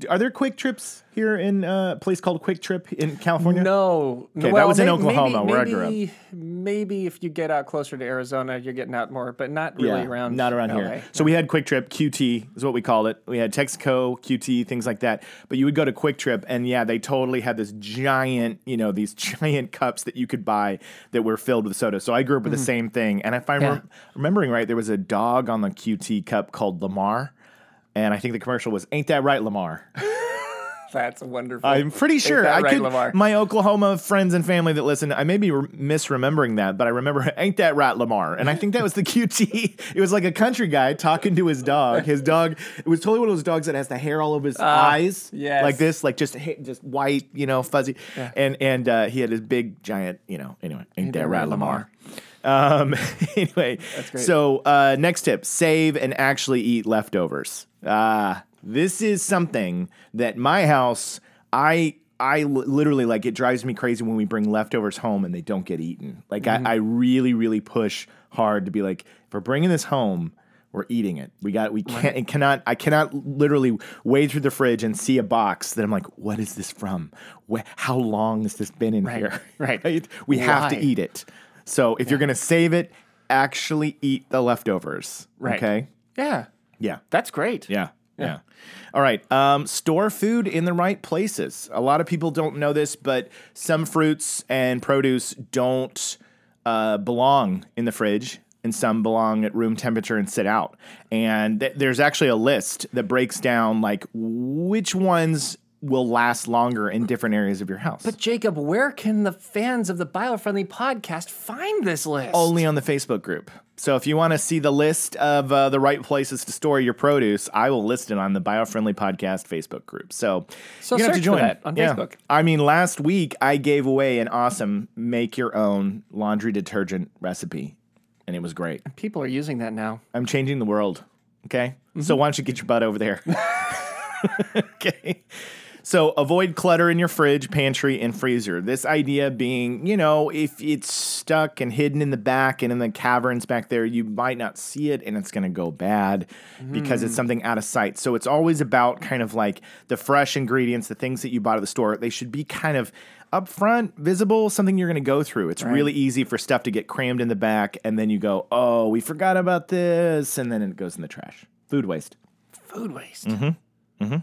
Speaker 3: Are there quick trips here in uh, a place called Quick Trip in California?
Speaker 2: No,
Speaker 3: that was in Oklahoma, where I grew up.
Speaker 2: maybe, Maybe if you get out closer to Arizona, you're getting out more, but not really around.
Speaker 3: Not around
Speaker 2: LA.
Speaker 3: here. So we had Quick Trip, QT is what we called it. We had Texaco, QT, things like that. But you would go to Quick Trip, and yeah, they totally had this giant, you know, these giant cups that you could buy that were filled with soda. So I grew up with the same thing. And if I'm
Speaker 2: Mm-hmm. Yeah.
Speaker 3: rem- remembering right, there was a dog on the QT cup called Lamar. And I think the commercial was, Ain't that right, Lamar?
Speaker 2: That's wonderful.
Speaker 3: I'm pretty sure
Speaker 2: that
Speaker 3: I
Speaker 2: right,
Speaker 3: could.
Speaker 2: Lamar?
Speaker 3: My Oklahoma friends and family that listen, I may be re- misremembering that, but I remember, ain't that right, Lamar? And I think that was the QT. It was like a country guy talking to his dog. His dog. It was totally one of those dogs that has the hair all over his eyes,
Speaker 2: yes.
Speaker 3: like this, like just ha- just white, you know, fuzzy. And and uh, he had his big giant, you know. Anyway, ain't, that right, Lamar? Um, anyway,
Speaker 2: great.
Speaker 3: so uh, next tip: save and actually eat leftovers. Ah, this is something that my house, I, I li- literally like. It drives me crazy when we bring leftovers home and they
Speaker 2: Mm-hmm.
Speaker 3: don't get eaten. Like I, I really, really push hard to be like, if we're bringing this home, We're eating it. We got. We can't. It cannot. I cannot literally wade through the fridge and see a box that I'm like, what is this from? Wh- how long has this been in here?
Speaker 2: right.
Speaker 3: We have to
Speaker 2: Why?
Speaker 3: eat it. So if you're gonna save it, actually eat the leftovers.
Speaker 2: Right.
Speaker 3: Okay.
Speaker 2: Yeah.
Speaker 3: Yeah.
Speaker 2: That's great.
Speaker 3: Yeah. Yeah. All right. Um, store food in the right places. A lot of people don't know this, but some fruits and produce don't uh, belong in the fridge, and some belong at room temperature and sit out. And th- there's actually a list that breaks down like which ones will last longer in different areas of your house.
Speaker 2: Jacob, where can the fans of the biofriendly podcast find this list?
Speaker 3: only on the Facebook group. So if you want to see the list of uh, the right places to store your produce, I will list it on the Biofriendly Podcast Facebook group. So,
Speaker 2: So
Speaker 3: you have to
Speaker 2: search for
Speaker 3: join
Speaker 2: that on
Speaker 3: Yeah.
Speaker 2: Facebook.
Speaker 3: I mean, last week I gave away an awesome make your own laundry detergent recipe, and it was great.
Speaker 2: people are using that now.
Speaker 3: I'm changing the world. Okay.
Speaker 2: Mm-hmm.
Speaker 3: So why don't you get your butt over there? okay. So avoid clutter in your fridge, pantry, and freezer. This idea being, you know, if it's stuck and hidden in the back and in the caverns back there, you might not see it and it's going to go bad because it's something out of sight. So it's always about kind of like the fresh ingredients, the things that you bought at the store. They should be kind of upfront, visible, something you're going to go through. It's really easy for stuff to get crammed in the back and then you go, "Oh, we forgot about this," and then it goes in the trash. Food waste.
Speaker 2: Food waste. Mm-hmm. Mm-hmm.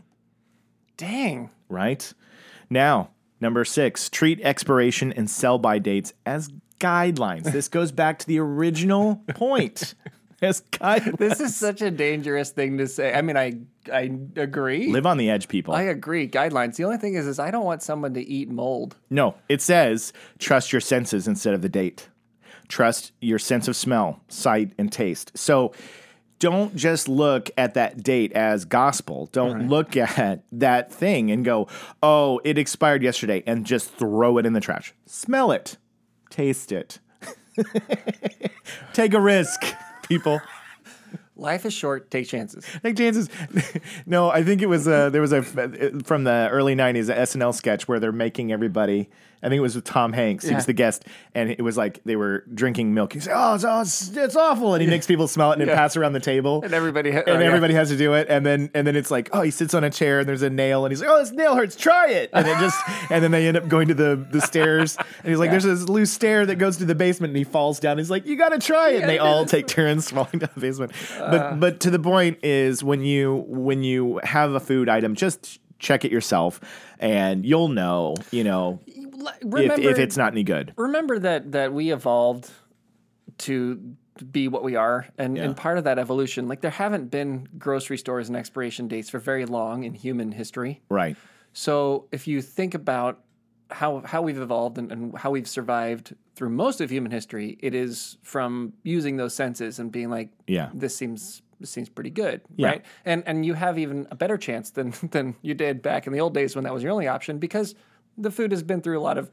Speaker 2: Dang.
Speaker 3: right? Now, number six, treat expiration and sell by dates as guidelines. This goes back to the original point. as guidelines.
Speaker 2: This is such a dangerous thing to say. I mean, I I agree.
Speaker 3: Live on the edge, people.
Speaker 2: I agree. Guidelines. The only thing is, is I don't want someone to eat mold.
Speaker 3: no, it says trust your senses instead of the date. Trust your sense of smell, sight, and taste. So don't just look at that date as gospel. Don't look at that thing and go, oh, it expired yesterday, and just throw it in the trash. Smell it, taste it. Take a risk, people.
Speaker 2: Life is short. Take chances.
Speaker 3: Take chances. no, I think it was uh, there was a from the early '90s a SNL sketch where they're making everybody. I think it was with Tom Hanks. He was
Speaker 2: Yeah.
Speaker 3: the guest, and it was like they were drinking milk. He said, "Oh, it's, oh, it's, it's awful," and he makes people smell it and it pass around the table.
Speaker 2: And everybody. ha- oh,
Speaker 3: and
Speaker 2: yeah.
Speaker 3: everybody has to do it, and then and then it's like, oh, he sits on a chair, and there's a nail, and he's like, oh, this nail hurts, try it, and it just, and then they end up going to the the stairs, and he's like, there's this loose stair that goes to the basement, and he falls down, he's like, you gotta try it, and they all take turns falling down the basement,
Speaker 2: Uh.
Speaker 3: but but to the point is when you when you have a food item, just check it yourself, and you'll know, you know,
Speaker 2: L-
Speaker 3: if,
Speaker 2: Remember,
Speaker 3: if it's not any good,
Speaker 2: remember that that we evolved to be what we are and, and part of that evolution like there haven't been grocery stores and expiration dates for very long in human history
Speaker 3: right?
Speaker 2: so if you think about how how we've evolved and, and how we've survived through most of human history it is from using those senses and being like
Speaker 3: Yeah.
Speaker 2: this seems this seems pretty good right and and you have even a better chance than than you did back in the old days when that was your only option because the food has been through a lot of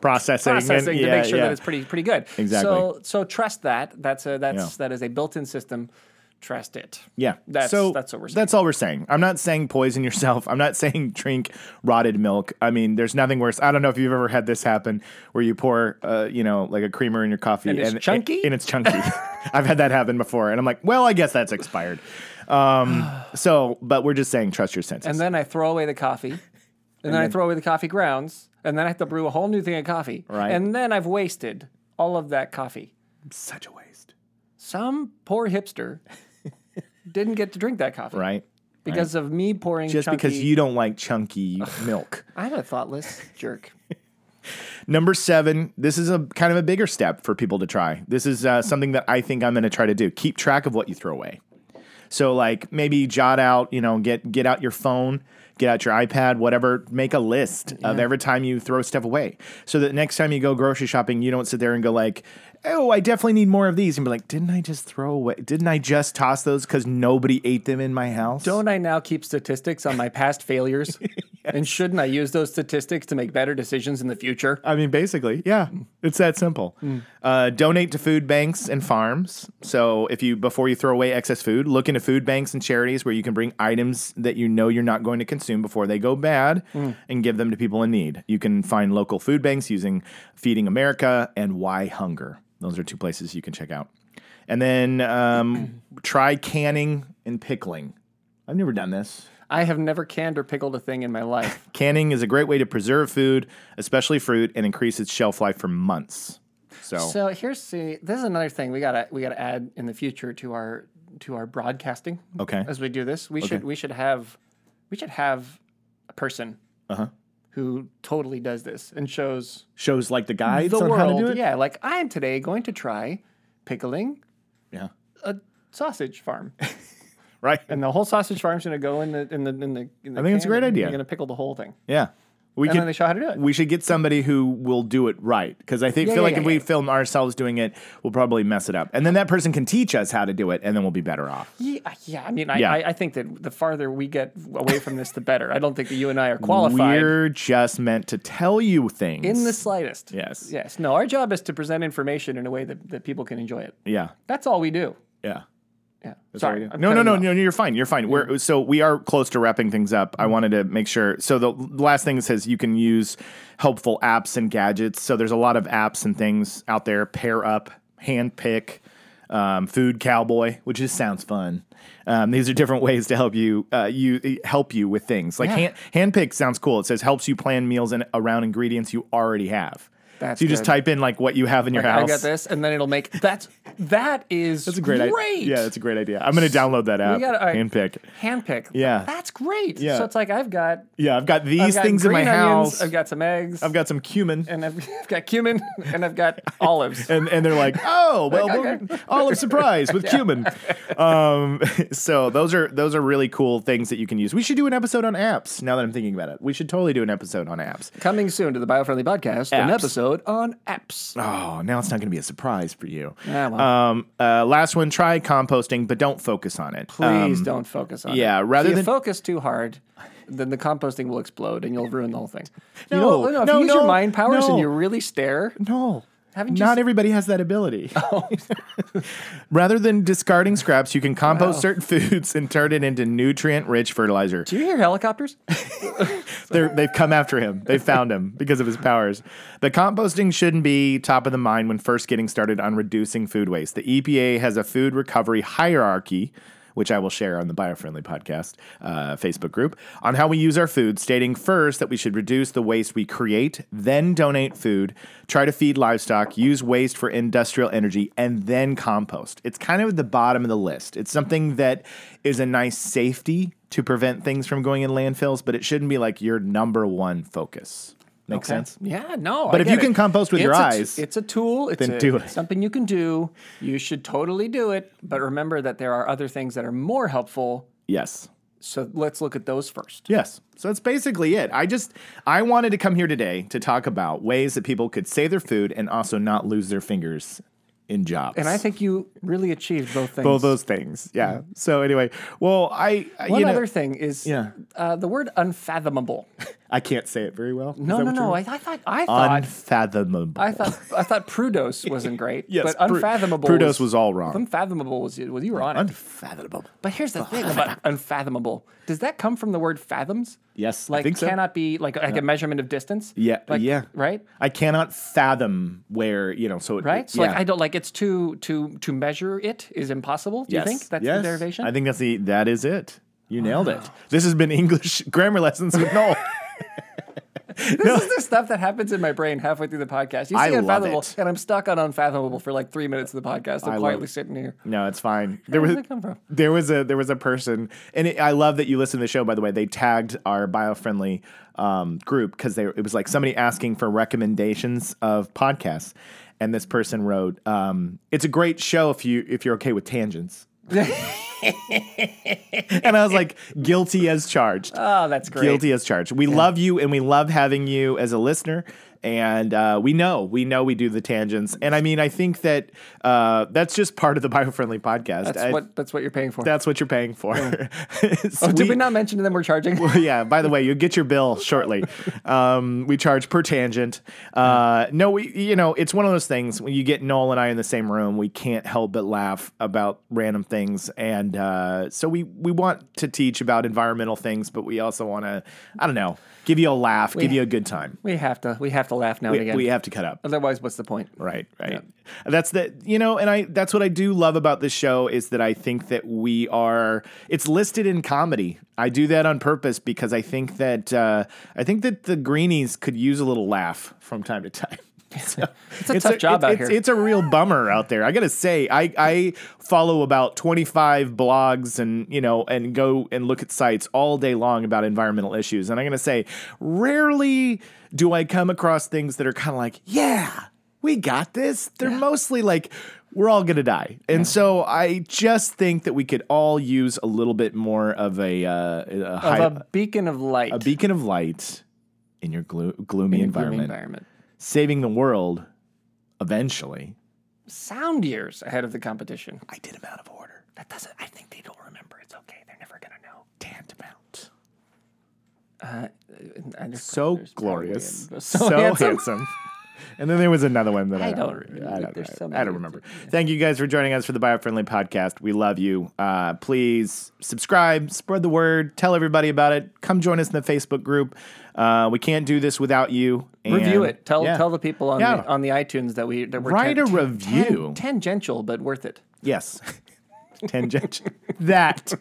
Speaker 3: Processing, and-
Speaker 2: processing to
Speaker 3: yeah,
Speaker 2: make sure
Speaker 3: yeah.
Speaker 2: that it's pretty pretty good.
Speaker 3: Exactly.
Speaker 2: So so trust that. That's a that's
Speaker 3: Yeah.
Speaker 2: that is a built-in system. Trust it.
Speaker 3: Yeah.
Speaker 2: That's-
Speaker 3: so
Speaker 2: that's what we're saying.
Speaker 3: That's all we're saying. I'm not saying poison yourself. I'm not saying drink rotted milk. I mean, there's nothing worse. I don't know if you've ever had this happen where you pour, uh, you know, like a creamer in your coffee
Speaker 2: And it's chunky?
Speaker 3: And, it's chunky. I've had that happen before, and I'm like, well, I guess that's expired. Um, so, but we're just saying trust your senses.
Speaker 2: And then I throw away the coffee. And, then, I throw away the coffee grounds. And then I have to brew a whole new thing of coffee.
Speaker 3: Right.
Speaker 2: And then I've wasted all of that coffee.
Speaker 3: Such a waste,
Speaker 2: Some poor hipster didn't get to drink that coffee.
Speaker 3: right?
Speaker 2: Because of me pouring
Speaker 3: Just because
Speaker 2: chunky-
Speaker 3: you don't like chunky milk.
Speaker 2: I'm a thoughtless jerk.
Speaker 3: Number seven, this is a kind of a bigger step for people to try. This is uh, something that I think I'm going to try to do. Keep track of what you throw away. So like maybe jot out, you know, get get out your phone, get out your iPad, whatever. Make a list of every time you throw stuff away, so that next time you go grocery shopping, you don't sit there and go like, "Oh, I definitely need more of these," and be like, "Didn't I just throw away? Didn't I just toss those because nobody ate them in my house?"
Speaker 2: Don't I now keep statistics on my past failures? And shouldn't I use those statistics to make better decisions in the future?
Speaker 3: I mean, basically, yeah, it's that simple. Uh, donate to food banks and farms. So if you before you throw away excess food, look into food banks and charities where you can bring items that you know you're not going to consume before they go bad, and give them to people in need. You can find local food banks using Feeding America and Why Hunger. Those are two places you can check out. And then um, try canning and pickling. I've never done this.
Speaker 2: I have never canned or pickled a thing in my life.
Speaker 3: Canning is a great way to preserve food, especially fruit, and increase its shelf life for months. So,
Speaker 2: So here's see, this is another thing we gotta we gotta add in the future to our to our broadcasting.
Speaker 3: Okay.
Speaker 2: As we do this, we should we should have we should have a person
Speaker 3: Uh-huh.
Speaker 2: who totally does this and shows
Speaker 3: shows like the guides
Speaker 2: the
Speaker 3: on
Speaker 2: world.
Speaker 3: how to do it.
Speaker 2: Yeah, like I am today going to try pickling
Speaker 3: Yeah.
Speaker 2: a sausage farm,
Speaker 3: Right.
Speaker 2: and the whole sausage farm's gonna go in the in the in the. In the
Speaker 3: I think it's a
Speaker 2: can,
Speaker 3: great
Speaker 2: and
Speaker 3: idea.
Speaker 2: You're gonna pickle the whole thing,
Speaker 3: Yeah. We
Speaker 2: and then they
Speaker 3: could, Mm.
Speaker 2: show how to do it.
Speaker 3: we should get somebody who will do it right because I think
Speaker 2: Yeah,
Speaker 3: feel
Speaker 2: yeah,
Speaker 3: like
Speaker 2: yeah,
Speaker 3: if we
Speaker 2: yeah.
Speaker 3: film ourselves doing it, we'll probably mess it up, and then that person can teach us how to do it, and then we'll be better off.
Speaker 2: Yeah, yeah. I mean, I,
Speaker 3: Yeah.
Speaker 2: I, I think that the farther we get away from this, the better. I don't think that you and I are qualified
Speaker 3: We're just meant to tell you things
Speaker 2: in the slightest.
Speaker 3: Yes.
Speaker 2: Yes. No, our job is to present information in a way that, that people can enjoy it.
Speaker 3: Yeah.
Speaker 2: That's all we do.
Speaker 3: Yeah.
Speaker 2: Yeah.
Speaker 3: Sorry.
Speaker 2: Sorry. I'm
Speaker 3: no, no,
Speaker 2: cutting
Speaker 3: no,
Speaker 2: you off.
Speaker 3: no. You're fine. You're fine. We're so we are close to wrapping things up. I wanted to make sure. So the last thing says you can use helpful apps and gadgets. So there's a lot of apps and things out there. Pair up, hand pick, um, food cowboy, which just sounds fun. Um, these are different ways to help you uh, you help you with things like hand hand pick sounds cool. It says helps you plan meals and around ingredients you already have.
Speaker 2: That's
Speaker 3: so you just
Speaker 2: good.
Speaker 3: type in like what you have in your
Speaker 2: I
Speaker 3: house.
Speaker 2: got this, and then it'll make that's that is
Speaker 3: That's a great, idea. Yeah, that's a great idea. I'm going to download that app.
Speaker 2: we got
Speaker 3: Hand pick.
Speaker 2: Handpick.
Speaker 3: Yeah.
Speaker 2: That's great.
Speaker 3: Yeah.
Speaker 2: So it's like I've got
Speaker 3: Yeah, I've got these
Speaker 2: I've got
Speaker 3: things in my
Speaker 2: green onions,
Speaker 3: house.
Speaker 2: I've got some eggs.
Speaker 3: I've got some cumin.
Speaker 2: and I've, I've got cumin, and I've got olives.
Speaker 3: And, and they're like, oh, well,
Speaker 2: Okay.
Speaker 3: we're- olive surprise with cumin. Um, so those are those are really cool things that you can use. We should do an episode on apps. Now that I'm thinking about it, we should totally do an episode on apps.
Speaker 2: Coming soon to the Biofriendly Podcast, an
Speaker 3: Apps.
Speaker 2: episode on apps.
Speaker 3: Oh, now it's not going to be a surprise for you.
Speaker 2: Ah, well.
Speaker 3: Um, uh, last one, try composting, but don't focus on it. Um,
Speaker 2: Please don't focus on
Speaker 3: yeah,
Speaker 2: it.
Speaker 3: rather
Speaker 2: if you
Speaker 3: than-
Speaker 2: focus too hard, then the composting will explode and you'll ruin the whole thing.
Speaker 3: No,
Speaker 2: you know, no, if
Speaker 3: no,
Speaker 2: you use
Speaker 3: no,
Speaker 2: your mind powers
Speaker 3: no.
Speaker 2: and you really stare,
Speaker 3: No.
Speaker 2: Haven't you
Speaker 3: Not
Speaker 2: s- Oh.
Speaker 3: everybody has that ability. Rather than discarding scraps, you can compost certain foods and turn it into nutrient-rich fertilizer.
Speaker 2: do you hear helicopters?
Speaker 3: They're, they've come after him. They found him because of his powers. The composting shouldn't be top of the mind when first getting started on reducing food waste. The EPA has a food recovery hierarchy, which I will share on the Biofriendly Podcast uh, Facebook group, on how we use our food, stating first that we should reduce the waste we create, then donate food, try to feed livestock, use waste for industrial energy, and then compost. It's kind of at the bottom of the list. It's something that is a nice safety to prevent things from going in landfills, but it shouldn't be like your number one focus. Make sense?
Speaker 2: Yeah, no. I
Speaker 3: But if you
Speaker 2: get
Speaker 3: can
Speaker 2: it.
Speaker 3: compost with
Speaker 2: It's
Speaker 3: your
Speaker 2: a t-
Speaker 3: eyes,
Speaker 2: it's a tool. It's
Speaker 3: then
Speaker 2: a-
Speaker 3: do it.
Speaker 2: it's something you can do. You should totally do it. But remember that there are other things that are more helpful.
Speaker 3: Yes.
Speaker 2: So let's look at those first.
Speaker 3: Yes. So that's basically it. I just I wanted to come here today to talk about ways that people could save their food and also not lose their fingers in jobs.
Speaker 2: And I think you really achieved both things.
Speaker 3: both those things. Yeah. So anyway, well, I I-
Speaker 2: One
Speaker 3: you know,
Speaker 2: other thing is
Speaker 3: Yeah.
Speaker 2: uh, the word unfathomable.
Speaker 3: I can't say it very well. Is
Speaker 2: No, no,
Speaker 3: that what
Speaker 2: no.
Speaker 3: you're-
Speaker 2: I, I thought I thought
Speaker 3: Unfathomable.
Speaker 2: I thought I thought Prudos wasn't great,
Speaker 3: Yes,
Speaker 2: but
Speaker 3: Pru-
Speaker 2: unfathomable.
Speaker 3: Prudos was all wrong.
Speaker 2: Unfathomable was was you were on it.
Speaker 3: unfathomable.
Speaker 2: But here's the thing about unfathomable. Does that come from the word fathoms?
Speaker 3: Yes, I
Speaker 2: like
Speaker 3: think so.
Speaker 2: cannot be like like a measurement of distance.
Speaker 3: Yeah,
Speaker 2: like,
Speaker 3: yeah.
Speaker 2: right,
Speaker 3: I cannot fathom where you know. So it,
Speaker 2: right. So
Speaker 3: yeah.
Speaker 2: like I don't like it's to to to measure it is impossible. Do
Speaker 3: Yes.
Speaker 2: you think that's
Speaker 3: Yes.
Speaker 2: the derivation?
Speaker 3: I think that's the that is it. You nailed it. This has been English grammar lessons with Noel.
Speaker 2: this is the stuff that happens in my brain halfway through the podcast. You
Speaker 3: I
Speaker 2: say
Speaker 3: love
Speaker 2: unfathomable,
Speaker 3: it.
Speaker 2: and I'm stuck on unfathomable for like three minutes of the podcast. I'm
Speaker 3: I love
Speaker 2: quietly
Speaker 3: it.
Speaker 2: sitting here.
Speaker 3: No, it's fine. There
Speaker 2: Where
Speaker 3: was
Speaker 2: did that come from?
Speaker 3: there was a there was a person, and it, I love that you listen to the show. By the way, they tagged our biofriendly um, group because they it was like somebody asking for recommendations of podcasts, and this person wrote, um, "It's a great show if you if you're okay with tangents." and I was like, guilty as charged.
Speaker 2: Oh, that's great.
Speaker 3: Guilty as charged. We love you and we love having you as a listener. And uh, we know, we know we do the tangents. And I mean, I think that uh, that's just part of the biofriendly podcast.
Speaker 2: That's
Speaker 3: I-
Speaker 2: what that's what you're paying for.
Speaker 3: that's what you're paying for. So
Speaker 2: oh, did
Speaker 3: we-
Speaker 2: we not mention to them we're charging?
Speaker 3: yeah. By the way, you'll get your bill shortly. Um, we charge per tangent. Uh, no, we, you know, it's one of those things when you get Noel and I in the same room, we can't help but laugh about random things. And uh, so we, we want to teach about environmental things, but we also want to, I don't know, give you a laugh, give you a good time.
Speaker 2: We have to. We have have to laugh now and
Speaker 3: we,
Speaker 2: again.
Speaker 3: we have to cut up.
Speaker 2: Otherwise, what's the point?
Speaker 3: Right, right. That's the you know, and I that's what I do love about this show is that I think that we are it's listed in comedy. I do that on purpose because I think that uh, I think that the greenies could use a little laugh from time to time. So, it's
Speaker 2: a tough job out
Speaker 3: it's-
Speaker 2: here.
Speaker 3: It's a real bummer out there. I gotta say, I, I follow about twenty five blogs and you know and go and look at sites all day long about environmental issues. And I'm gonna say, rarely do I come across things that are kind of like, yeah, we got this. They're mostly like, we're all gonna die. And so I just think that we could all use a little bit more of a, uh, a, high,
Speaker 2: Of a beacon of light.
Speaker 3: a beacon of light in your glo-
Speaker 2: in
Speaker 3: gloomy
Speaker 2: a gloomy
Speaker 3: environment,
Speaker 2: environment.
Speaker 3: saving the world eventually.
Speaker 2: Sound years ahead of the competition.
Speaker 3: I did them out of order.
Speaker 2: That doesn't. I think they don't remember. It's okay. They're never gonna know.
Speaker 3: Tantamount.
Speaker 2: And there's-
Speaker 3: So
Speaker 2: there's probably
Speaker 3: glorious.
Speaker 2: a-
Speaker 3: So, handsome. and then there was another one that I,
Speaker 2: I don't
Speaker 3: remember.
Speaker 2: remember.
Speaker 3: I don't,
Speaker 2: There's so
Speaker 3: know. I don't
Speaker 2: many.
Speaker 3: remember. Thank you guys for joining us for the Biofriendly Podcast. We love you. Uh, please subscribe, spread the word, tell everybody about it. Come join us in the Facebook group. Uh, we can't do this without you. And-
Speaker 2: Review it. Tell
Speaker 3: yeah.
Speaker 2: tell the people on
Speaker 3: Yeah.
Speaker 2: the, on the iTunes that we that we're
Speaker 3: Write
Speaker 2: ten-
Speaker 3: a review.
Speaker 2: ten- tangential but worth it.
Speaker 3: Yes. Tangential. that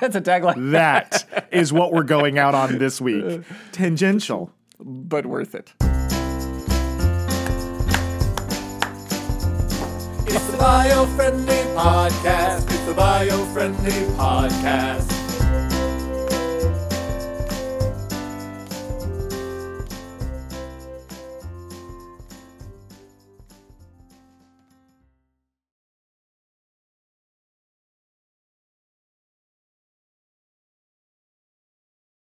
Speaker 2: That's a tagline,
Speaker 3: that is what we're going out on this week. Tangential.
Speaker 2: but worth it.
Speaker 1: It's the bio friendly podcast. It's the bio friendly podcast.